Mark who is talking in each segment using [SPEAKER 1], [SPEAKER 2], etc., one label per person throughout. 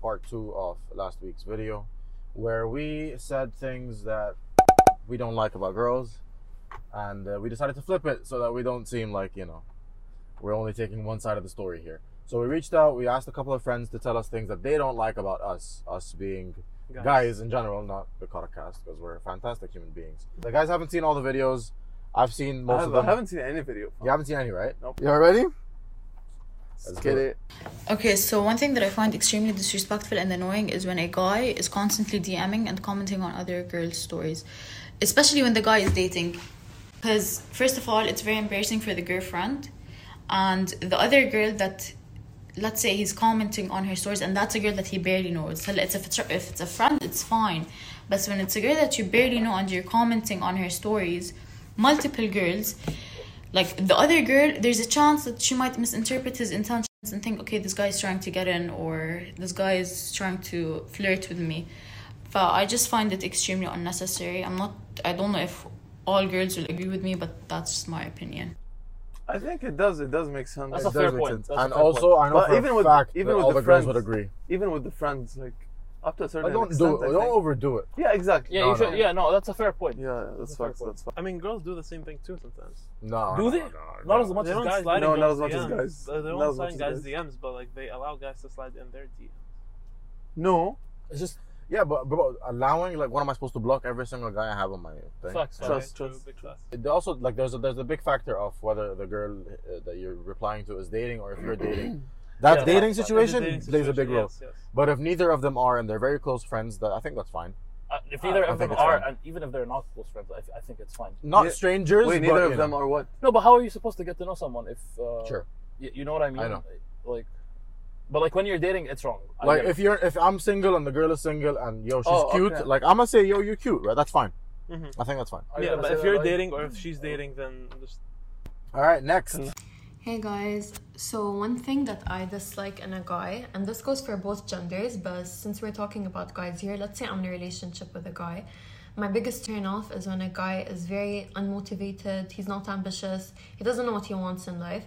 [SPEAKER 1] Uh, two of last week's video, where we said things that we don't like about girls, and uh, we decided to flip it so that we don't seem like you know we're only taking one side of the story here. So we reached out, we asked a couple of friends to tell us things that they don't like about us, us being guys, in general, not the podcast, because we're fantastic human beings. The guys haven't seen all the videos. I've seen most
[SPEAKER 2] I, have,
[SPEAKER 1] of them.
[SPEAKER 2] I haven't seen any video.
[SPEAKER 1] You haven't seen any, right?
[SPEAKER 2] Nope.
[SPEAKER 3] Y'all ready?
[SPEAKER 1] Let's
[SPEAKER 3] Let's get
[SPEAKER 1] do
[SPEAKER 3] it.
[SPEAKER 4] Okay, so one thing that I find extremely disrespectful and annoying is when a guy is constantly DMing and commenting on other girls' stories, especially when the guy is dating. Because, first of all, it's very embarrassing for the girlfriend, and the other girl that, let's say, he's commenting on her stories, and that's a girl that he barely knows. So it's if, it's, if it's a friend, it's fine. But when it's a girl that you barely know and you're commenting on her stories, multiple girls, like the other girl there's a chance that she might misinterpret his intentions and think okay this guy is trying to get in or this guy is trying to flirt with me but i just find it extremely unnecessary i'm not i don't know if all girls will agree with me but that's my opinion
[SPEAKER 2] I think it does. It does make sense.
[SPEAKER 5] That's
[SPEAKER 1] It
[SPEAKER 5] a fair
[SPEAKER 1] does make
[SPEAKER 5] point.
[SPEAKER 1] sense.
[SPEAKER 5] That's a
[SPEAKER 1] And
[SPEAKER 5] fair
[SPEAKER 1] also, I know
[SPEAKER 2] But
[SPEAKER 1] for
[SPEAKER 2] even
[SPEAKER 1] a
[SPEAKER 2] with-
[SPEAKER 1] fact
[SPEAKER 2] even
[SPEAKER 1] that
[SPEAKER 2] with
[SPEAKER 1] all
[SPEAKER 2] the
[SPEAKER 1] the girls
[SPEAKER 2] friends,
[SPEAKER 1] would agree.
[SPEAKER 2] Even with the friends, like up to a certain
[SPEAKER 1] But don't
[SPEAKER 2] extent.
[SPEAKER 1] do it.
[SPEAKER 2] I
[SPEAKER 1] Don't
[SPEAKER 2] think.
[SPEAKER 1] overdo it.
[SPEAKER 2] Yeah, exactly.
[SPEAKER 5] Yeah,
[SPEAKER 1] No,
[SPEAKER 5] you should,
[SPEAKER 1] no.
[SPEAKER 5] yeah, no, that's a fair point.
[SPEAKER 2] Yeah, that's
[SPEAKER 5] fair
[SPEAKER 2] facts.
[SPEAKER 5] point.
[SPEAKER 2] That's facts.
[SPEAKER 6] I mean, girls do the same thing too sometimes.
[SPEAKER 1] No.
[SPEAKER 5] Do
[SPEAKER 1] no,
[SPEAKER 5] they?
[SPEAKER 1] no, no.
[SPEAKER 5] Not as much
[SPEAKER 6] They
[SPEAKER 5] as
[SPEAKER 6] don't
[SPEAKER 5] guys.
[SPEAKER 6] slide
[SPEAKER 2] No,
[SPEAKER 6] in
[SPEAKER 2] not
[SPEAKER 6] girls'
[SPEAKER 2] as much as
[SPEAKER 6] DMs.
[SPEAKER 2] guys.
[SPEAKER 6] They they
[SPEAKER 2] Not
[SPEAKER 6] don't
[SPEAKER 2] as much
[SPEAKER 6] slide in guys'
[SPEAKER 2] as guys.
[SPEAKER 6] DMs, but like they allow guys to slide in their DMs.
[SPEAKER 2] No,
[SPEAKER 1] It's just yeah, but, but allowing like what am I supposed to block every single guy I have on my thing?
[SPEAKER 5] Facts,
[SPEAKER 1] And
[SPEAKER 2] Trust,
[SPEAKER 6] Okay, true,
[SPEAKER 2] trust.
[SPEAKER 6] big trust.
[SPEAKER 1] it also like there's a there's a big factor of whether the girl uh, that you're replying to is dating or if you're dating. That
[SPEAKER 6] Yeah,
[SPEAKER 1] dating
[SPEAKER 6] but- but in the
[SPEAKER 1] situation
[SPEAKER 6] dating
[SPEAKER 1] plays a big
[SPEAKER 6] situation,
[SPEAKER 1] role.
[SPEAKER 6] yes, yes.
[SPEAKER 1] But if neither of them are and they're very close friends, that I think that's fine.
[SPEAKER 5] Uh, if
[SPEAKER 1] I-
[SPEAKER 5] neither
[SPEAKER 1] I
[SPEAKER 5] of
[SPEAKER 1] think
[SPEAKER 5] them
[SPEAKER 1] it's
[SPEAKER 5] are,
[SPEAKER 1] fine.
[SPEAKER 5] and even if they're not close friends, I, I think it's fine.
[SPEAKER 1] Not
[SPEAKER 2] Yeah.
[SPEAKER 1] strangers.
[SPEAKER 2] wait, neither of them are what?
[SPEAKER 5] No, but how are you supposed to get to know someone if? Uh,
[SPEAKER 1] Sure.
[SPEAKER 5] You, you know what I mean?
[SPEAKER 1] know.
[SPEAKER 5] Like, but like when you're dating, it's wrong. I
[SPEAKER 1] Like
[SPEAKER 5] get it.
[SPEAKER 1] if you're if I'm single and the girl is single and yo she's
[SPEAKER 2] Oh,
[SPEAKER 1] cute,
[SPEAKER 2] okay.
[SPEAKER 1] like I'm gonna say yo you're cute, right? That's fine.
[SPEAKER 6] Mhm.
[SPEAKER 1] I think that's fine.
[SPEAKER 5] Are you
[SPEAKER 6] Yeah,
[SPEAKER 5] gonna
[SPEAKER 6] but
[SPEAKER 5] say
[SPEAKER 6] if
[SPEAKER 5] that,
[SPEAKER 6] you're
[SPEAKER 5] like-
[SPEAKER 6] dating or if she's dating, then just
[SPEAKER 1] All right, next.
[SPEAKER 7] Hey guys, so one thing that I dislike in a guy, and this goes for both genders, but since we're talking about guys here, let's say I'm in a relationship with a guy. My biggest turn off is when a guy is very unmotivated, he's not ambitious, he doesn't know what he wants in life.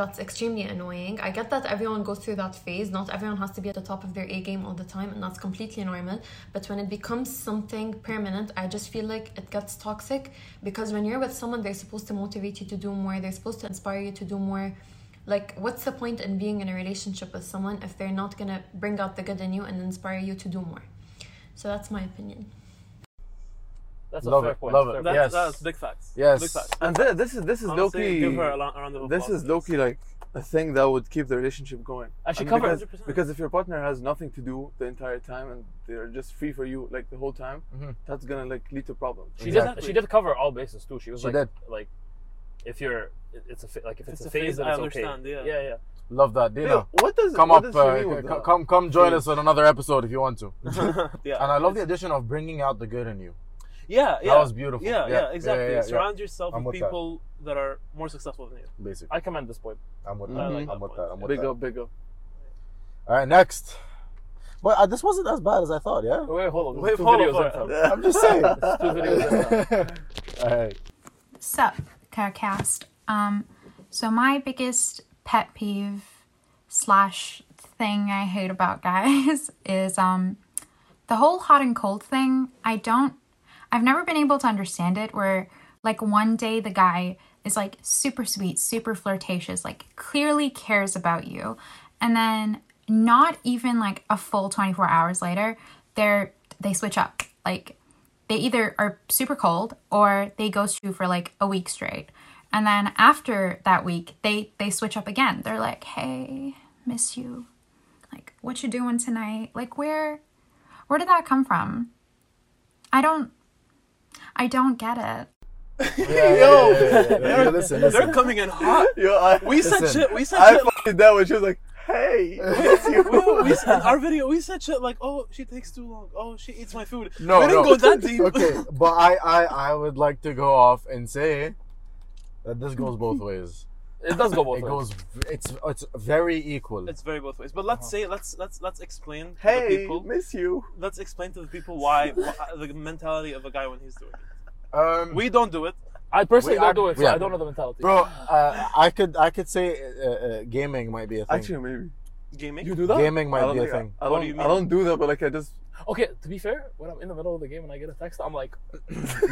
[SPEAKER 7] That's extremely annoying. I get that everyone goes through that phase, not everyone has to be at the top of their A game all the time, and that's completely normal. But when it becomes something permanent, I just feel like it gets toxic because when you're with someone, they're supposed to motivate you to do more, they're supposed to inspire you to do more. Like, what's the point in being in a relationship with someone if they're not gonna bring out the good in you and inspire you to do more? So that's my opinion.
[SPEAKER 5] That's a
[SPEAKER 1] Love
[SPEAKER 5] fair
[SPEAKER 1] it,
[SPEAKER 5] point.
[SPEAKER 1] love
[SPEAKER 5] fair
[SPEAKER 1] it.
[SPEAKER 6] that's,
[SPEAKER 1] Yes.
[SPEAKER 5] point.
[SPEAKER 6] that's big facts.
[SPEAKER 1] Yes.
[SPEAKER 6] Big facts.
[SPEAKER 2] And thi- this is this is
[SPEAKER 6] Honestly,
[SPEAKER 2] Loki.
[SPEAKER 6] give her a lo- a round of applause.
[SPEAKER 2] This is
[SPEAKER 6] for
[SPEAKER 2] Loki like a thing that would keep the relationship going.
[SPEAKER 5] And she
[SPEAKER 2] I mean,
[SPEAKER 5] covered
[SPEAKER 2] because,
[SPEAKER 6] 100%.
[SPEAKER 2] because if your partner has nothing to do the entire time and they're just free for you like the whole time,
[SPEAKER 1] Mhm.
[SPEAKER 2] that's gonna like lead to problems.
[SPEAKER 5] She
[SPEAKER 1] Exactly.
[SPEAKER 5] did. She did cover all bases too. She was
[SPEAKER 1] She
[SPEAKER 5] like,
[SPEAKER 1] did.
[SPEAKER 5] like, if you're, it- it's a fa- like if it's,
[SPEAKER 6] It's
[SPEAKER 5] a phase, then
[SPEAKER 6] I
[SPEAKER 5] it's
[SPEAKER 6] understand,
[SPEAKER 5] okay.
[SPEAKER 6] yeah.
[SPEAKER 5] Yeah, yeah.
[SPEAKER 1] Love that,
[SPEAKER 2] Hey,
[SPEAKER 1] Dina.
[SPEAKER 2] What does
[SPEAKER 1] Come
[SPEAKER 2] what
[SPEAKER 1] up,
[SPEAKER 2] does she
[SPEAKER 1] uh,
[SPEAKER 2] mean with
[SPEAKER 1] c-
[SPEAKER 2] that?
[SPEAKER 1] come come join us on another episode if you want to.
[SPEAKER 6] yeah.
[SPEAKER 1] And I love the addition of bringing out the good in you.
[SPEAKER 6] Yeah, yeah.
[SPEAKER 1] That was beautiful. Yeah,
[SPEAKER 6] Yeah, yeah,
[SPEAKER 1] yeah,
[SPEAKER 6] exactly.
[SPEAKER 1] yeah, yeah.
[SPEAKER 6] Surround yourself
[SPEAKER 1] I'm
[SPEAKER 6] with
[SPEAKER 1] with that.
[SPEAKER 6] people that are more successful than you.
[SPEAKER 1] Basically,
[SPEAKER 5] I commend this point.
[SPEAKER 1] I'm with
[SPEAKER 2] I
[SPEAKER 1] that.
[SPEAKER 2] like
[SPEAKER 1] I'm
[SPEAKER 6] that
[SPEAKER 1] with
[SPEAKER 6] point.
[SPEAKER 1] that. I'm with
[SPEAKER 2] Big
[SPEAKER 1] that.
[SPEAKER 2] up, big up.
[SPEAKER 1] All right, next. But uh, this wasn't as bad as I thought. Yeah,
[SPEAKER 5] Wait, hold on.
[SPEAKER 6] Wait,
[SPEAKER 5] two
[SPEAKER 6] hold on,
[SPEAKER 5] videos
[SPEAKER 6] hold
[SPEAKER 5] in
[SPEAKER 6] on.
[SPEAKER 5] front.
[SPEAKER 1] I'm just saying.
[SPEAKER 5] Two videos. in front.
[SPEAKER 1] All right.
[SPEAKER 8] Sup, Carcast. Um, so my biggest pet peeve slash thing I hate about guys is um the whole hot and cold thing. I don't. I've never been able to understand it. Where like one day the guy is like super sweet, super flirtatious, like clearly cares about you, and then not even like a full twenty four hours later, they're they switch up. Like they either are super cold or they ghost you for like a week straight and then after that week they they switch up again they're like hey miss you like what you doing tonight like where where did that come from i don't i don't get it
[SPEAKER 1] Yo, listen, listen.
[SPEAKER 6] They're coming in hot.
[SPEAKER 2] Yo, I,
[SPEAKER 6] We said
[SPEAKER 1] Listen,
[SPEAKER 6] shit. We said
[SPEAKER 2] I
[SPEAKER 6] shit.
[SPEAKER 2] fucking that when she was like, "Hey,
[SPEAKER 6] we, we, in our video, we said shit like, "Oh, she takes too long. Oh, she eats my food."
[SPEAKER 1] No,
[SPEAKER 6] we didn't
[SPEAKER 1] no.
[SPEAKER 6] go that deep.
[SPEAKER 1] Okay, but I, I, I would like to go off and say that this goes both ways.
[SPEAKER 5] It does go both
[SPEAKER 1] It
[SPEAKER 5] ways.
[SPEAKER 1] goes. v- It's it's very equal.
[SPEAKER 6] It's very both ways. But let's say, let's let's let's explain to the
[SPEAKER 2] Uh-huh. hey,
[SPEAKER 6] people.
[SPEAKER 2] miss you."
[SPEAKER 6] Let's explain to the people why, why the mentality of a guy when he's doing it.
[SPEAKER 1] Um,
[SPEAKER 6] We don't do it.
[SPEAKER 5] I personally
[SPEAKER 1] We
[SPEAKER 5] don't
[SPEAKER 1] are-
[SPEAKER 5] do it. So
[SPEAKER 1] yeah.
[SPEAKER 5] I don't know the mentality.
[SPEAKER 1] bro, uh, I could I could say uh, uh, gaming might be a thing.
[SPEAKER 2] Actually, maybe
[SPEAKER 6] Gaming?
[SPEAKER 2] You do that?
[SPEAKER 1] Gaming might
[SPEAKER 2] I don't
[SPEAKER 1] be a
[SPEAKER 2] think I-
[SPEAKER 1] thing.
[SPEAKER 2] I,
[SPEAKER 5] What
[SPEAKER 2] don't,
[SPEAKER 5] do you
[SPEAKER 2] I
[SPEAKER 5] mean?
[SPEAKER 2] don't do that, but like I just
[SPEAKER 5] Okay, to be fair, when I'm in the middle of the game and I get a text, I'm like,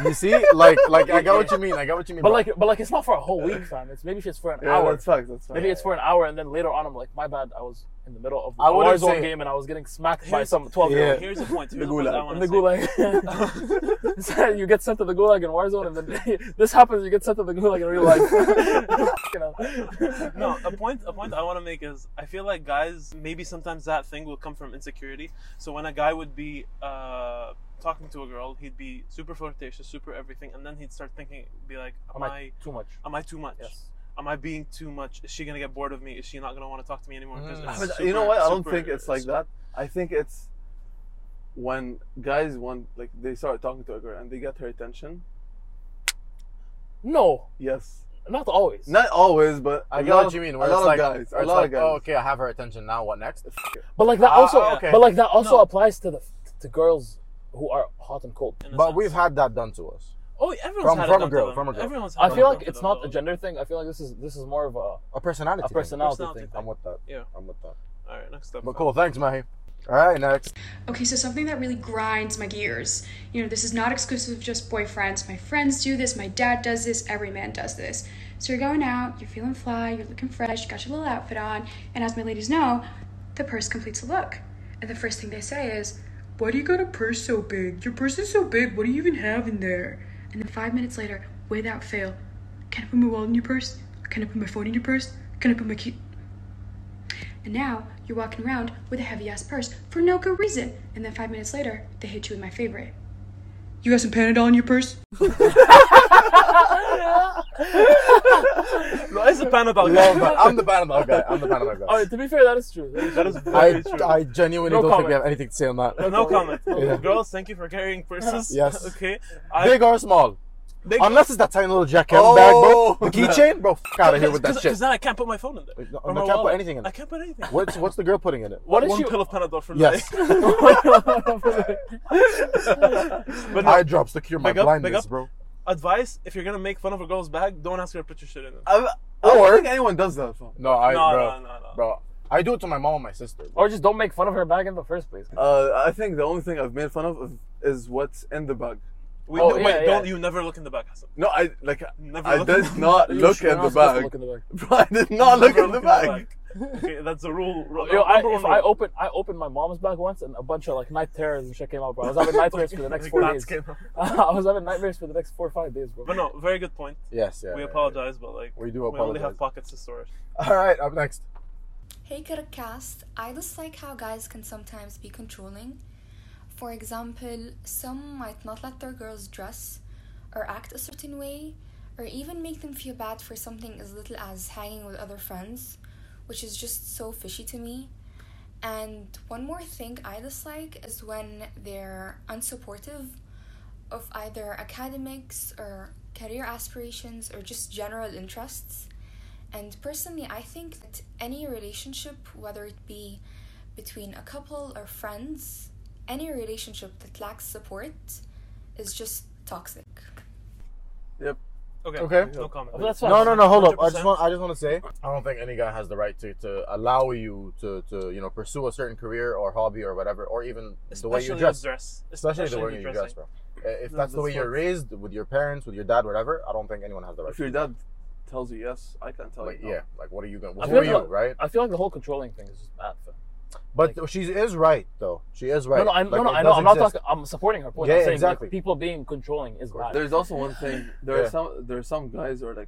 [SPEAKER 1] You see, like, like I get what you mean. I get what you mean.
[SPEAKER 5] but
[SPEAKER 1] bro.
[SPEAKER 5] like, but like, it's not for a whole week, fam. It's maybe it's for an
[SPEAKER 2] yeah,
[SPEAKER 5] hour.
[SPEAKER 2] That's facts. That's facts.
[SPEAKER 5] Maybe it's for an hour, and then later on, I'm like, my bad, I was in the middle of a
[SPEAKER 1] I wouldn't
[SPEAKER 5] Warzone
[SPEAKER 1] say-
[SPEAKER 5] game and I was getting smacked by
[SPEAKER 6] Here's-
[SPEAKER 5] some 12 year old.
[SPEAKER 6] Here's the point. Here's
[SPEAKER 2] the
[SPEAKER 6] the point that I
[SPEAKER 2] gulag.
[SPEAKER 6] want
[SPEAKER 2] In
[SPEAKER 6] to
[SPEAKER 2] the
[SPEAKER 6] say.
[SPEAKER 5] gulag. So you get sent to the gulag in Warzone, and then this happens. You get sent to the gulag in real life. you know.
[SPEAKER 6] no, a point a point I want to make is I feel like guys maybe sometimes that thing will come from insecurity. So when a guy would be uh, talking to a girl, he'd be super flirtatious, super everything, and then he'd start thinking, be like,
[SPEAKER 5] Am
[SPEAKER 6] "Am
[SPEAKER 5] I-
[SPEAKER 6] I
[SPEAKER 5] Too much.
[SPEAKER 6] am I too much?
[SPEAKER 5] Yes.
[SPEAKER 6] Am I being too much? Is she gonna get bored of me? Is she not gonna want to talk to me anymore?" 'Cause
[SPEAKER 1] Mm.
[SPEAKER 6] it's
[SPEAKER 2] But you
[SPEAKER 6] super-
[SPEAKER 2] know what? I don't
[SPEAKER 6] super-
[SPEAKER 2] think it's like that. I think it's when guys want like they start talking to a girl and they get her attention.
[SPEAKER 5] No,
[SPEAKER 2] Yes,
[SPEAKER 5] not always.
[SPEAKER 2] not always, but
[SPEAKER 1] I
[SPEAKER 2] a
[SPEAKER 1] get
[SPEAKER 2] lot-
[SPEAKER 1] what you mean.
[SPEAKER 2] A
[SPEAKER 1] Where
[SPEAKER 2] lot
[SPEAKER 1] it's
[SPEAKER 2] of
[SPEAKER 1] like,
[SPEAKER 2] guys.
[SPEAKER 1] where
[SPEAKER 2] A
[SPEAKER 1] it's
[SPEAKER 2] lot
[SPEAKER 1] like,
[SPEAKER 2] of guys.
[SPEAKER 1] oh, okay, I have her attention now. What next?
[SPEAKER 5] But like that
[SPEAKER 1] Ah,
[SPEAKER 5] also.
[SPEAKER 1] okay.
[SPEAKER 5] But like that also
[SPEAKER 6] No.
[SPEAKER 5] applies to the to girls who are hot and cold.
[SPEAKER 6] in a
[SPEAKER 1] But
[SPEAKER 6] sense.
[SPEAKER 1] we've had that done to us.
[SPEAKER 6] oh, everyone's
[SPEAKER 1] from-
[SPEAKER 6] had it
[SPEAKER 1] from a
[SPEAKER 6] done to
[SPEAKER 1] girl,
[SPEAKER 6] them.
[SPEAKER 1] from a girl.
[SPEAKER 6] Everyone's had
[SPEAKER 5] I
[SPEAKER 6] it
[SPEAKER 5] feel
[SPEAKER 6] done
[SPEAKER 5] like
[SPEAKER 6] to
[SPEAKER 5] it's
[SPEAKER 6] them,
[SPEAKER 5] not
[SPEAKER 6] though.
[SPEAKER 5] a gender thing. I feel like this is this is more of a
[SPEAKER 1] A personality.
[SPEAKER 5] a
[SPEAKER 1] thing.
[SPEAKER 5] personality
[SPEAKER 6] Personality
[SPEAKER 5] thing.
[SPEAKER 6] thing.
[SPEAKER 1] I'm with that.
[SPEAKER 6] Yeah.
[SPEAKER 1] I'm with that.
[SPEAKER 6] All right, next up.
[SPEAKER 1] But cool. Thanks, Mahi. All right, next.
[SPEAKER 3] Okay, so something that really grinds my gears. You know, this is not exclusive of just boyfriends. My friends do this, my dad does this, every man does this. So you're going out, you're feeling fly, you're looking fresh, you got your little outfit on, and as my ladies know, the purse completes the look. And the first thing they say is, Why do you got a purse so big? Your purse is so big, what do you even have in there? And then five minutes later, without fail, Can I put my wallet in your purse? Can I put my phone in your purse? Can I put my key? And now you're walking around with a heavy ass purse for no good reason. And then five minutes later, they hit you with my favorite. You got some Panadol in your purse?
[SPEAKER 6] It's a Panadol.
[SPEAKER 1] Love that. I'm the Panama guy. I'm the Panama
[SPEAKER 5] All
[SPEAKER 1] guy.
[SPEAKER 5] right, to be fair, that is true. That is
[SPEAKER 6] That is
[SPEAKER 1] I,
[SPEAKER 6] very true.
[SPEAKER 1] I genuinely
[SPEAKER 5] No
[SPEAKER 1] don't think we
[SPEAKER 5] comment.
[SPEAKER 1] have anything to say on that.
[SPEAKER 6] no comment.
[SPEAKER 1] Yeah.
[SPEAKER 6] Girls, thank you for carrying purses.
[SPEAKER 1] Yes.
[SPEAKER 6] okay. I,
[SPEAKER 1] Big or small.
[SPEAKER 6] Big-
[SPEAKER 1] Unless it's that tiny little jack
[SPEAKER 2] Oh,
[SPEAKER 1] bag, bro. The
[SPEAKER 2] no.
[SPEAKER 1] keychain, bro. Fuck out of here with that
[SPEAKER 6] Cause,
[SPEAKER 1] shit.
[SPEAKER 6] Because then I can't put my phone in there.
[SPEAKER 1] No,
[SPEAKER 6] Or
[SPEAKER 1] no,
[SPEAKER 6] my
[SPEAKER 1] can't put
[SPEAKER 6] wallet.
[SPEAKER 1] anything in
[SPEAKER 6] I
[SPEAKER 1] it.
[SPEAKER 6] can't put anything.
[SPEAKER 1] What's what's the girl putting in it?
[SPEAKER 5] What is
[SPEAKER 6] One
[SPEAKER 5] she?
[SPEAKER 6] pill of Panadol for
[SPEAKER 1] Yes.
[SPEAKER 6] the day.
[SPEAKER 1] but eye drops to cure my
[SPEAKER 6] Big up, big
[SPEAKER 1] blindness,
[SPEAKER 6] up.
[SPEAKER 1] bro.
[SPEAKER 6] Advice: If you're gonna make fun of a girl's bag, don't ask her to put your shit in it.
[SPEAKER 1] Oh,
[SPEAKER 2] I, I don't think anyone does that. fam.
[SPEAKER 1] No, I
[SPEAKER 6] No,
[SPEAKER 1] bro,
[SPEAKER 6] no, no, no.
[SPEAKER 1] bro. I do it to my mom and my sister. bro.
[SPEAKER 5] Or just don't make fun of her bag in the first place.
[SPEAKER 2] Uh, I think the only thing I've made fun of is what's in the bag.
[SPEAKER 6] We,
[SPEAKER 5] Oh,
[SPEAKER 6] no,
[SPEAKER 5] yeah,
[SPEAKER 6] wait,
[SPEAKER 5] yeah.
[SPEAKER 6] don't you never look in the bag, Hassan.
[SPEAKER 2] No, I like
[SPEAKER 6] Never
[SPEAKER 2] I
[SPEAKER 6] look
[SPEAKER 2] did
[SPEAKER 6] in the-
[SPEAKER 2] not look
[SPEAKER 5] You're
[SPEAKER 2] at
[SPEAKER 5] not
[SPEAKER 2] the
[SPEAKER 5] supposed to
[SPEAKER 2] bag.
[SPEAKER 5] look in the bag.
[SPEAKER 2] Bro, I did not look
[SPEAKER 6] Never
[SPEAKER 2] at the bag.
[SPEAKER 6] bag. okay, that's a rule. rule
[SPEAKER 5] Yo, I,
[SPEAKER 6] number
[SPEAKER 5] if
[SPEAKER 6] one
[SPEAKER 5] I
[SPEAKER 6] rule.
[SPEAKER 5] opened I opened my mom's bag once and a bunch of like night terrors and shit came out, bro. I was having night terrors for the next
[SPEAKER 6] Like,
[SPEAKER 5] four
[SPEAKER 6] that's
[SPEAKER 5] days.
[SPEAKER 6] good.
[SPEAKER 5] I was having nightmares for the next four or five days, bro.
[SPEAKER 6] But no, very good point.
[SPEAKER 1] Yes, yeah.
[SPEAKER 6] we
[SPEAKER 1] yeah, yeah.
[SPEAKER 6] apologize, but like
[SPEAKER 1] We do
[SPEAKER 6] We only have
[SPEAKER 1] apologize.
[SPEAKER 6] pockets to store. it.
[SPEAKER 1] All right, up next.
[SPEAKER 9] Hey Kirkcast, I dislike how guys can sometimes be controlling. For example, some might not let their girls dress or act a certain way, or even make them feel bad for something as little as hanging with other friends, which is just so fishy to me. And one more thing I dislike is when they're unsupportive of either academics or career aspirations or just general interests. And personally, I think that any relationship, whether it be between a couple or friends, any relationship that lacks support is just toxic.
[SPEAKER 2] Yep.
[SPEAKER 6] Okay.
[SPEAKER 1] Okay.
[SPEAKER 6] No comment.
[SPEAKER 5] But that's fine.
[SPEAKER 1] No, no, no. Hold up. I just
[SPEAKER 6] 100%.
[SPEAKER 1] want. I just want to say. I don't think any guy has the right to, to allow you to, to you know pursue a certain career or hobby or whatever or even the way you
[SPEAKER 6] Especially
[SPEAKER 1] dress.
[SPEAKER 6] dress.
[SPEAKER 1] Especially, the way
[SPEAKER 6] with
[SPEAKER 1] you dress,
[SPEAKER 6] dressing.
[SPEAKER 1] bro. Uh, If
[SPEAKER 2] No,
[SPEAKER 1] that's the
[SPEAKER 2] that's
[SPEAKER 1] way you're
[SPEAKER 2] what-
[SPEAKER 1] raised with your parents, with your dad, whatever, I don't think anyone has the right.
[SPEAKER 2] If your
[SPEAKER 1] to.
[SPEAKER 2] dad tells you yes, I can't tell
[SPEAKER 1] Like
[SPEAKER 2] you. no.
[SPEAKER 1] yeah, like what are you gonna?
[SPEAKER 5] I
[SPEAKER 1] Who are
[SPEAKER 5] feel
[SPEAKER 1] you,
[SPEAKER 5] like-
[SPEAKER 1] right?
[SPEAKER 5] I feel like the whole controlling thing is just bad. fam.
[SPEAKER 1] But she is right though. She is right.
[SPEAKER 5] No, no, I, no,
[SPEAKER 1] Like,
[SPEAKER 5] no,
[SPEAKER 1] it
[SPEAKER 5] I know.
[SPEAKER 1] does
[SPEAKER 5] I'm not
[SPEAKER 1] exist.
[SPEAKER 5] talking. I'm supporting her point.
[SPEAKER 1] Yeah,
[SPEAKER 5] I'm saying like,
[SPEAKER 1] exactly.
[SPEAKER 5] people being controlling is bad.
[SPEAKER 2] There's also one thing. There
[SPEAKER 1] Yeah.
[SPEAKER 2] are some. There are some guys who are like,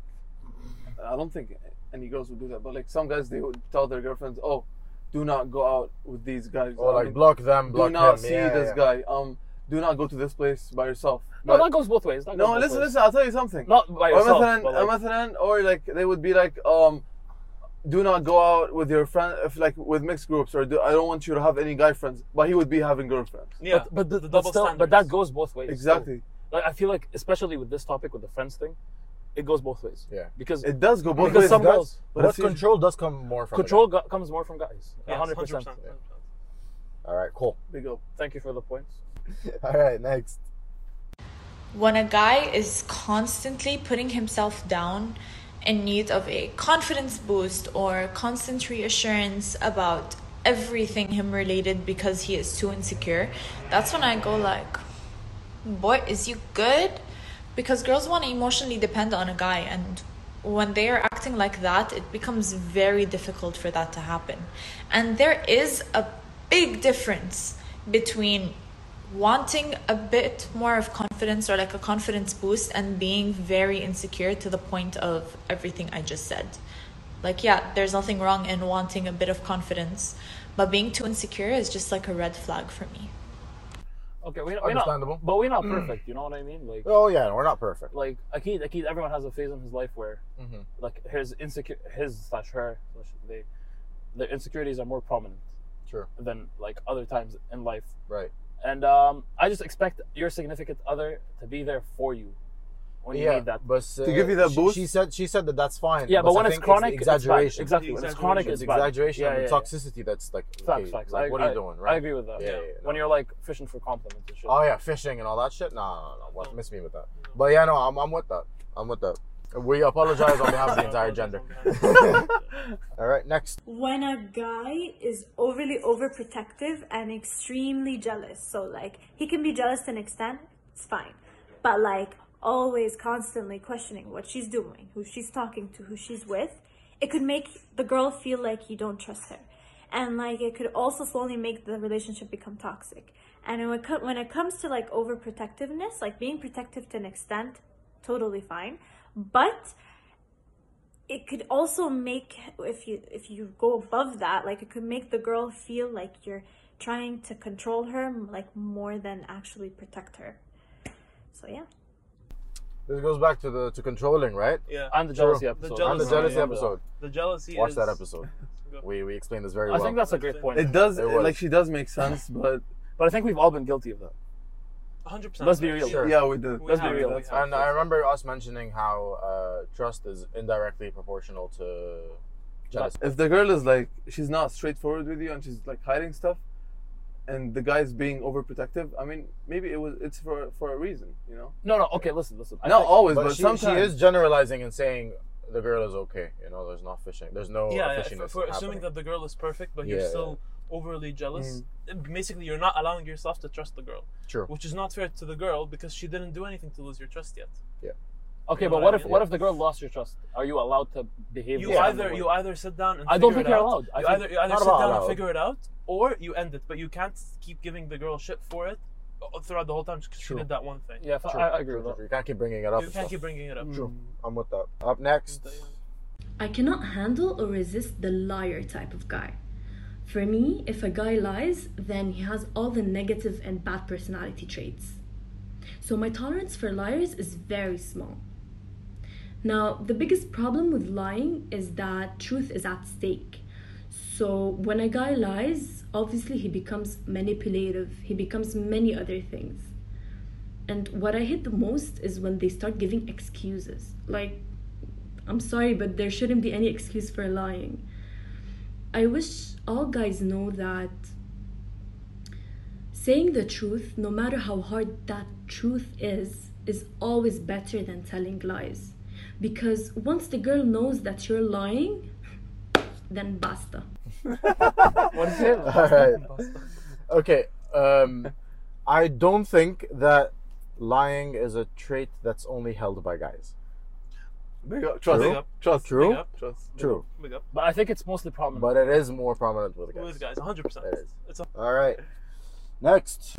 [SPEAKER 2] I don't think any girls would do that, but like some guys, they would tell their girlfriends, "Oh, do not go out with these guys.
[SPEAKER 1] Or
[SPEAKER 2] I
[SPEAKER 1] like
[SPEAKER 2] mean,
[SPEAKER 1] block them,
[SPEAKER 2] do
[SPEAKER 1] block
[SPEAKER 2] not
[SPEAKER 1] him.
[SPEAKER 2] see
[SPEAKER 1] yeah,
[SPEAKER 2] this
[SPEAKER 1] yeah.
[SPEAKER 2] guy. Um, do not go to this place by yourself."
[SPEAKER 5] no,
[SPEAKER 2] But-
[SPEAKER 5] that goes both ways. That
[SPEAKER 2] no,
[SPEAKER 5] goes both
[SPEAKER 2] listen,
[SPEAKER 5] ways.
[SPEAKER 2] listen. I'll tell you something.
[SPEAKER 5] Not by
[SPEAKER 2] or
[SPEAKER 5] yourself.
[SPEAKER 2] مثلا,
[SPEAKER 5] but,
[SPEAKER 2] or
[SPEAKER 5] like,
[SPEAKER 2] مثلا, or like they would be like, um, do not go out with your friend, if like with mixed groups, or do, I don't want you to have any guy friends. But he would be having girlfriends.
[SPEAKER 6] Yeah,
[SPEAKER 5] but, but,
[SPEAKER 6] the,
[SPEAKER 5] but
[SPEAKER 6] double
[SPEAKER 5] still-
[SPEAKER 6] standards.
[SPEAKER 5] but that goes both ways. still.
[SPEAKER 2] Exactly.
[SPEAKER 5] Like, I feel like, especially with this topic with the friends thing, it goes both ways.
[SPEAKER 1] Yeah.
[SPEAKER 5] Because
[SPEAKER 2] It does go both
[SPEAKER 5] Because
[SPEAKER 2] ways.
[SPEAKER 5] some
[SPEAKER 2] That's-
[SPEAKER 5] girls-
[SPEAKER 2] but
[SPEAKER 1] But
[SPEAKER 2] it's usually-
[SPEAKER 1] control does come more from the
[SPEAKER 5] control go- comes more from guys.
[SPEAKER 6] Yes,
[SPEAKER 5] 100%.
[SPEAKER 6] 100%.
[SPEAKER 1] guy. All right, cool.
[SPEAKER 2] Big up.
[SPEAKER 5] Thank you for the points.
[SPEAKER 1] All right, next.
[SPEAKER 4] when a guy is constantly putting himself down
[SPEAKER 10] in need of a confidence boost or constant reassurance about everything him related because he is too insecure, that's when I go like, boy, is you good? Because girls want to emotionally depend on a guy and when they are acting like that, it becomes very difficult for that to happen. And there is a big difference between wanting a bit more of confidence or like a confidence boost and being very insecure to the point of everything I just said. Like, yeah, there's nothing wrong in wanting a bit of confidence, but being too insecure is just like a red flag for me.
[SPEAKER 5] Okay, we, we're
[SPEAKER 1] Understandable. Mm.
[SPEAKER 5] not, but we're not perfect. You know what I mean? Like,
[SPEAKER 1] Oh yeah, we're not perfect.
[SPEAKER 5] like Akid, Akid, everyone has a phase in his life where,
[SPEAKER 1] Mhm.
[SPEAKER 5] like, his insecure, his slash her, slash they, their insecurities are more prominent
[SPEAKER 1] Sure.
[SPEAKER 5] than like other times in life.
[SPEAKER 1] Right.
[SPEAKER 5] And um, I just expect your significant other to be there for you when you need that.
[SPEAKER 1] But uh,
[SPEAKER 2] To give you that
[SPEAKER 1] she-
[SPEAKER 2] boost?
[SPEAKER 1] She said she said that that's fine.
[SPEAKER 5] yeah, but
[SPEAKER 1] I
[SPEAKER 5] when it's
[SPEAKER 1] think
[SPEAKER 5] chronic,
[SPEAKER 1] the
[SPEAKER 5] it's bad.
[SPEAKER 1] exaggeration.
[SPEAKER 5] exactly, when it's
[SPEAKER 6] Exaggeration.
[SPEAKER 5] chronic,
[SPEAKER 1] It's
[SPEAKER 5] it's,
[SPEAKER 1] the
[SPEAKER 5] bad.
[SPEAKER 1] exaggeration
[SPEAKER 5] Yeah,
[SPEAKER 1] and
[SPEAKER 5] yeah,
[SPEAKER 1] the toxicity that's like,
[SPEAKER 5] Facts,
[SPEAKER 1] okay,
[SPEAKER 5] facts.
[SPEAKER 1] like
[SPEAKER 5] I-
[SPEAKER 1] what are
[SPEAKER 5] I-
[SPEAKER 1] you doing, right?
[SPEAKER 5] I agree with that.
[SPEAKER 1] Yeah, yeah, yeah,
[SPEAKER 5] When you're like fishing for compliments and shit.
[SPEAKER 1] Oh yeah, fishing and all that shit. Nah, no, no, no. What, miss me with that. But yeah, no, I'm, I'm with that. I'm with that. We apologize on behalf of the entire gender. all right, next.
[SPEAKER 11] when a guy is overly overprotective and extremely jealous. So like he can be jealous to an extent, it's fine. But like always constantly questioning what she's doing, who she's talking to, who she's with, it could make the girl feel like you don't trust her. And like it could also slowly make the relationship become toxic. And when it, co- when it comes to like overprotectiveness, like being protective to an extent, totally fine. But it could also make if you if you go above that like it could make the girl feel like you're trying to control her like more than actually protect her so yeah
[SPEAKER 1] This goes back to the to controlling, right?
[SPEAKER 6] Yeah.
[SPEAKER 5] And the jealousy
[SPEAKER 1] True.
[SPEAKER 5] episode.
[SPEAKER 6] The
[SPEAKER 1] And the
[SPEAKER 6] Jealousy.
[SPEAKER 1] jealousy
[SPEAKER 6] Yeah.
[SPEAKER 1] episode.
[SPEAKER 6] The jealousy.
[SPEAKER 1] Watch
[SPEAKER 6] is,
[SPEAKER 1] that episode. We we explained this very
[SPEAKER 5] I
[SPEAKER 1] well.
[SPEAKER 5] think that's a great point.
[SPEAKER 2] It does,
[SPEAKER 1] It was.
[SPEAKER 2] like, she does make sense, but
[SPEAKER 5] but I think we've all been guilty of that.
[SPEAKER 6] 100%.
[SPEAKER 5] Let's be real.
[SPEAKER 1] Sure.
[SPEAKER 2] yeah, we did.
[SPEAKER 6] We
[SPEAKER 5] Let's be
[SPEAKER 6] have it,
[SPEAKER 5] real.
[SPEAKER 6] we
[SPEAKER 5] That's
[SPEAKER 6] have
[SPEAKER 1] And I remember us mentioning how uh, trust is indirectly proportional to jealousy.
[SPEAKER 2] If the girl is like, she's not straightforward with you and she's like hiding stuff, and the guy's being overprotective, I mean, maybe it was it's for for a reason, you know.
[SPEAKER 5] No, no. Okay, listen, listen. I
[SPEAKER 2] not
[SPEAKER 5] think-
[SPEAKER 2] always, but,
[SPEAKER 1] but she,
[SPEAKER 2] sometimes
[SPEAKER 1] she is generalizing and saying the girl is okay. You know, there's not fishing. There's no
[SPEAKER 6] Yeah,
[SPEAKER 1] uh,
[SPEAKER 6] yeah.
[SPEAKER 1] fishiness
[SPEAKER 6] If we're assuming
[SPEAKER 1] happening.
[SPEAKER 6] that the girl is perfect, but
[SPEAKER 1] Yeah,
[SPEAKER 6] you're
[SPEAKER 1] yeah. Mm.
[SPEAKER 6] still overly jealous, basically you're not allowing yourself to trust the girl,
[SPEAKER 1] True.
[SPEAKER 6] which is not fair to the girl because she didn't do anything to lose your trust yet.
[SPEAKER 5] Okay,
[SPEAKER 6] You know
[SPEAKER 5] but
[SPEAKER 6] what
[SPEAKER 5] what
[SPEAKER 6] I
[SPEAKER 5] if
[SPEAKER 6] mean?
[SPEAKER 5] what if the girl lost your trust? Are you allowed to behave?
[SPEAKER 6] You
[SPEAKER 5] the same
[SPEAKER 6] either
[SPEAKER 5] way?
[SPEAKER 6] you either sit down and
[SPEAKER 5] I don't
[SPEAKER 6] figure
[SPEAKER 5] think
[SPEAKER 6] it
[SPEAKER 5] you're
[SPEAKER 6] out.
[SPEAKER 5] allowed. I
[SPEAKER 6] you
[SPEAKER 5] think-
[SPEAKER 6] either you either
[SPEAKER 1] Not
[SPEAKER 6] sit
[SPEAKER 1] about
[SPEAKER 6] down
[SPEAKER 1] allowed.
[SPEAKER 6] and figure it out, or you end it. But you can't keep giving the girl shit for it uh, throughout the whole time because she
[SPEAKER 1] True.
[SPEAKER 6] did that one thing.
[SPEAKER 5] Yeah, I, I agree with that.
[SPEAKER 1] You can't keep bringing it up.
[SPEAKER 6] You
[SPEAKER 1] and
[SPEAKER 6] can't
[SPEAKER 1] stuff.
[SPEAKER 6] keep bringing it up.
[SPEAKER 1] True. I'm with that. Up next.
[SPEAKER 11] i cannot handle or resist the liar type of guy for me if a guy lies then he has all the negative and bad personality traits so my tolerance for liars is very small now the biggest problem with lying is that truth is at stake So when a guy lies, obviously he becomes manipulative, he becomes many other things. And what I hate the most is when they start giving excuses. Like, I'm sorry, but there shouldn't be any excuse for lying. I wish all guys know that saying the truth, no matter how hard that truth is, is always better than telling lies. Because once the girl knows that you're lying, then basta.
[SPEAKER 5] What is it?
[SPEAKER 1] All right. Okay. Um, I don't think that lying is a trait that's only held by guys.
[SPEAKER 2] Big up- trust,
[SPEAKER 1] True.
[SPEAKER 2] trust,
[SPEAKER 1] True.
[SPEAKER 6] up.
[SPEAKER 2] trust.
[SPEAKER 1] True.
[SPEAKER 6] Big up.
[SPEAKER 5] But I think it's mostly prominent.
[SPEAKER 1] But it is more prominent with guys.
[SPEAKER 6] With guys, 100. percent
[SPEAKER 1] It is.
[SPEAKER 6] It's a
[SPEAKER 1] All right. Next.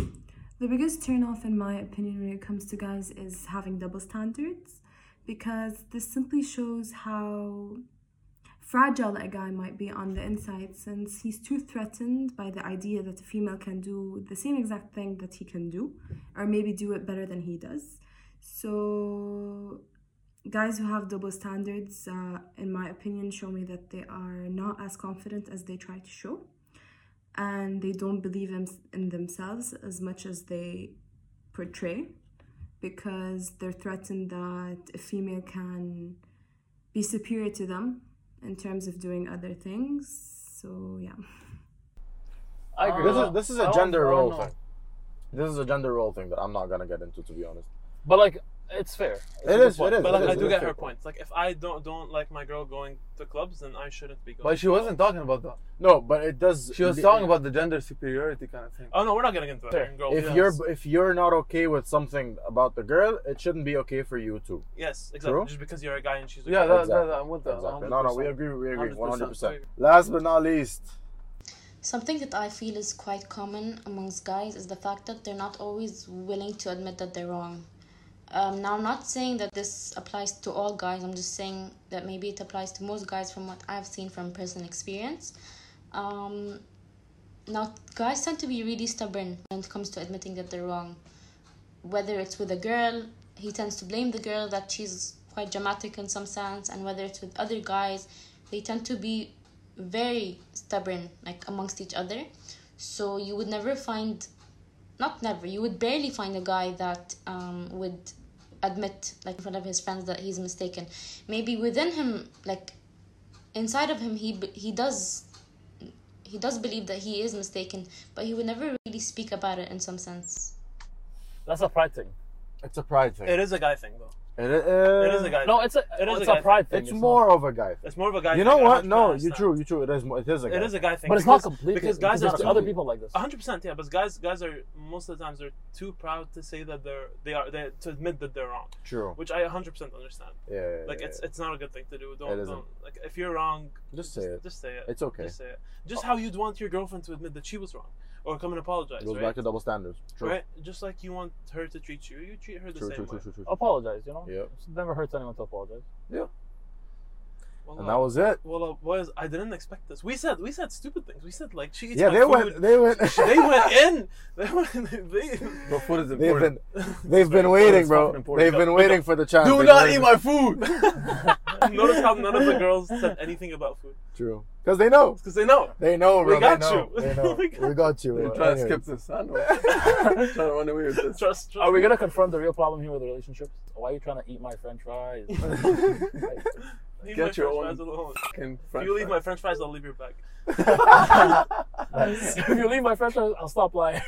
[SPEAKER 11] The biggest turnoff, in my opinion, when it comes to guys is having double standards because this simply shows how fragile a guy might be on the inside since he's too threatened by the idea that a female can do the same exact thing that he can do or maybe do it better than he does. So, guys who have double standards, uh, in my opinion, show me that they are not as confident as they try to show and they don't believe in, in themselves as much as they portray because they're threatened that a female can be superior to them in terms of doing other things. So, yeah.
[SPEAKER 5] I agree.
[SPEAKER 1] This
[SPEAKER 5] with
[SPEAKER 1] is
[SPEAKER 5] that.
[SPEAKER 1] this is
[SPEAKER 5] I
[SPEAKER 1] a
[SPEAKER 5] don't-
[SPEAKER 1] gender
[SPEAKER 5] I don't
[SPEAKER 1] role
[SPEAKER 5] know.
[SPEAKER 1] thing. This is a gender role thing that I'm not gonna get into, to be honest.
[SPEAKER 5] But like, It's fair. It's
[SPEAKER 1] It
[SPEAKER 5] a good
[SPEAKER 1] is,
[SPEAKER 5] point.
[SPEAKER 1] it is,
[SPEAKER 6] But like,
[SPEAKER 1] it
[SPEAKER 6] I
[SPEAKER 1] is,
[SPEAKER 6] do
[SPEAKER 1] it
[SPEAKER 6] get
[SPEAKER 1] is
[SPEAKER 6] her
[SPEAKER 1] fair.
[SPEAKER 6] point. Like, if I don't don't like my girl going to clubs, then I shouldn't be going.
[SPEAKER 2] But she
[SPEAKER 6] to
[SPEAKER 2] wasn't talking about that.
[SPEAKER 1] No, but it does.
[SPEAKER 2] She was talking about the gender superiority kind of thing.
[SPEAKER 6] Oh no, we're not getting into that.
[SPEAKER 2] Fair.
[SPEAKER 6] Girl,
[SPEAKER 1] if
[SPEAKER 6] yes.
[SPEAKER 1] you're if you're not okay with something about the girl, it shouldn't be okay for you too.
[SPEAKER 6] yes, exactly.
[SPEAKER 1] True?
[SPEAKER 6] Just because you're a guy and she's a
[SPEAKER 1] Yeah,
[SPEAKER 6] girl.
[SPEAKER 1] that- that- that- I'm with that, Exactly. No, no, we 100%. agree, we agree, 100%. Last but not least,
[SPEAKER 12] Something that I feel is quite common amongst guys is the fact that they're not always willing to admit that they're wrong. Um, now, I'm not saying that this applies to all guys, I'm just saying that maybe it applies to most guys from what I've seen from personal experience. Um, now, guys tend to be really stubborn when it comes to admitting that they're wrong. Whether it's with a girl, he tends to blame the girl that she's quite dramatic in some sense, and whether it's with other guys, they tend to be very stubborn like amongst each other so you would never find not never you would barely find a guy that um, would admit like in front of his friends that he's mistaken maybe within him like inside of him he b- he does he does believe that he is mistaken but he would never really speak about it in some sense
[SPEAKER 5] That's a pride thing.
[SPEAKER 1] It's a pride thing.
[SPEAKER 6] It is a guy thing though.
[SPEAKER 1] It, i-
[SPEAKER 6] It is a guy.
[SPEAKER 5] No,
[SPEAKER 6] thing.
[SPEAKER 5] it's a-
[SPEAKER 6] it
[SPEAKER 5] no,
[SPEAKER 6] is
[SPEAKER 5] it's
[SPEAKER 6] a,
[SPEAKER 5] a
[SPEAKER 6] guy
[SPEAKER 5] pride
[SPEAKER 6] thing.
[SPEAKER 5] thing.
[SPEAKER 1] It's more of a guy.
[SPEAKER 6] It's more of a guy.
[SPEAKER 1] You know
[SPEAKER 6] thing,
[SPEAKER 1] what?
[SPEAKER 6] 100%.
[SPEAKER 1] No, you true, you true. It is. mo- It is a guy.
[SPEAKER 6] It is a guy thing.
[SPEAKER 5] But it's not completely-
[SPEAKER 6] because
[SPEAKER 5] because
[SPEAKER 6] guys
[SPEAKER 5] there's
[SPEAKER 6] are
[SPEAKER 5] other
[SPEAKER 6] too-
[SPEAKER 5] people like this.
[SPEAKER 6] 100%, yeah, but guys guys are most of the times they're too proud to say that they're they are they to admit that they're wrong.
[SPEAKER 1] True.
[SPEAKER 6] Which I 100% understand.
[SPEAKER 1] Yeah, yeah,
[SPEAKER 6] Like
[SPEAKER 1] yeah,
[SPEAKER 6] it's
[SPEAKER 1] yeah.
[SPEAKER 6] it's not a good thing to do.
[SPEAKER 1] It
[SPEAKER 6] Don't
[SPEAKER 1] isn't.
[SPEAKER 6] don't like if you're wrong,
[SPEAKER 1] Just say it.
[SPEAKER 6] Just say it.
[SPEAKER 1] It's okay.
[SPEAKER 6] Just say it. Just how you'd want your girlfriend to admit that she was wrong or come and apologize,
[SPEAKER 1] It goes
[SPEAKER 6] right?
[SPEAKER 1] back to double standards. True.
[SPEAKER 6] Right? Just like you want her to treat you, you treat her the
[SPEAKER 1] True,
[SPEAKER 6] same
[SPEAKER 1] true,
[SPEAKER 6] way.
[SPEAKER 1] true, true, true, true.
[SPEAKER 5] Apologize, you know?
[SPEAKER 1] Yeah.
[SPEAKER 5] It never hurts anyone to apologize.
[SPEAKER 1] Yeah.
[SPEAKER 6] Well, Oh.
[SPEAKER 1] And that was it.
[SPEAKER 6] Well, uh, boys, I didn't expect this. We said we said stupid things. We said like she eats
[SPEAKER 1] Yeah,
[SPEAKER 6] my
[SPEAKER 1] they went-
[SPEAKER 6] food.
[SPEAKER 1] they went-
[SPEAKER 6] She- they went in. They went. They.
[SPEAKER 2] But food is
[SPEAKER 1] They've been
[SPEAKER 2] important.
[SPEAKER 1] they've been waiting, bro. They've been waiting for the chance.
[SPEAKER 2] Do
[SPEAKER 1] They've
[SPEAKER 2] not eat
[SPEAKER 1] been waiting.
[SPEAKER 2] my food.
[SPEAKER 6] Notice how none of the girls said anything about food.
[SPEAKER 1] True. Because they know.
[SPEAKER 6] Because they know.
[SPEAKER 1] They know, bro.
[SPEAKER 6] We got
[SPEAKER 1] they know.
[SPEAKER 6] you.
[SPEAKER 1] They know.
[SPEAKER 6] We
[SPEAKER 1] we,
[SPEAKER 6] got
[SPEAKER 1] got you.
[SPEAKER 2] They're
[SPEAKER 1] bro.
[SPEAKER 2] trying to
[SPEAKER 1] Anyway.
[SPEAKER 2] skip this. I know. trying to run away with this.
[SPEAKER 6] Trust, trust.
[SPEAKER 5] Are we gonna confront the real problem here with the relationships? Why are you trying to eat my French fries?
[SPEAKER 6] Leave
[SPEAKER 5] Get
[SPEAKER 6] my
[SPEAKER 5] your
[SPEAKER 6] french
[SPEAKER 5] own
[SPEAKER 6] fries alone.
[SPEAKER 5] fucking
[SPEAKER 6] if
[SPEAKER 5] french
[SPEAKER 6] you leave my
[SPEAKER 5] fries.
[SPEAKER 6] french fries, I'll leave your bag.
[SPEAKER 5] if you leave my French fries, I'll stop lying.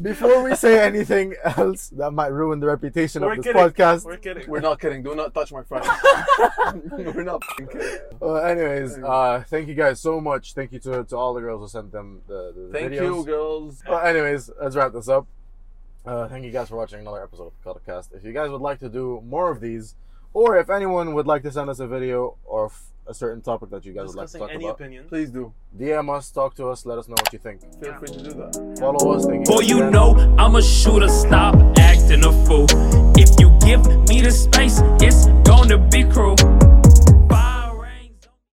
[SPEAKER 1] Before we say anything else that might ruin the reputation
[SPEAKER 2] We're
[SPEAKER 1] of this
[SPEAKER 2] kidding.
[SPEAKER 1] podcast,
[SPEAKER 6] We're kidding.
[SPEAKER 2] We're not kidding. Do not touch my friend. We're not fucking kidding.
[SPEAKER 1] Well, anyways, uh, thank you guys so much. Thank you to, to all the girls who sent them the, the
[SPEAKER 2] Thank
[SPEAKER 1] videos.
[SPEAKER 2] you, girls.
[SPEAKER 1] Well, anyways, let's wrap this up. Uh, thank you guys for watching another episode of the Cast. If you guys would like to do more of these, or if anyone would like to send us a video of a certain topic that you guys would like to
[SPEAKER 6] Discussing
[SPEAKER 1] talk
[SPEAKER 6] any
[SPEAKER 1] about,
[SPEAKER 6] opinion.
[SPEAKER 2] please do.
[SPEAKER 1] DM us, talk to us, let us know what you think.
[SPEAKER 2] Feel free to do that.
[SPEAKER 1] Follow us. Thank you.
[SPEAKER 13] Boy,
[SPEAKER 1] guys
[SPEAKER 13] you
[SPEAKER 1] again.
[SPEAKER 13] know I'm a shooter. Stop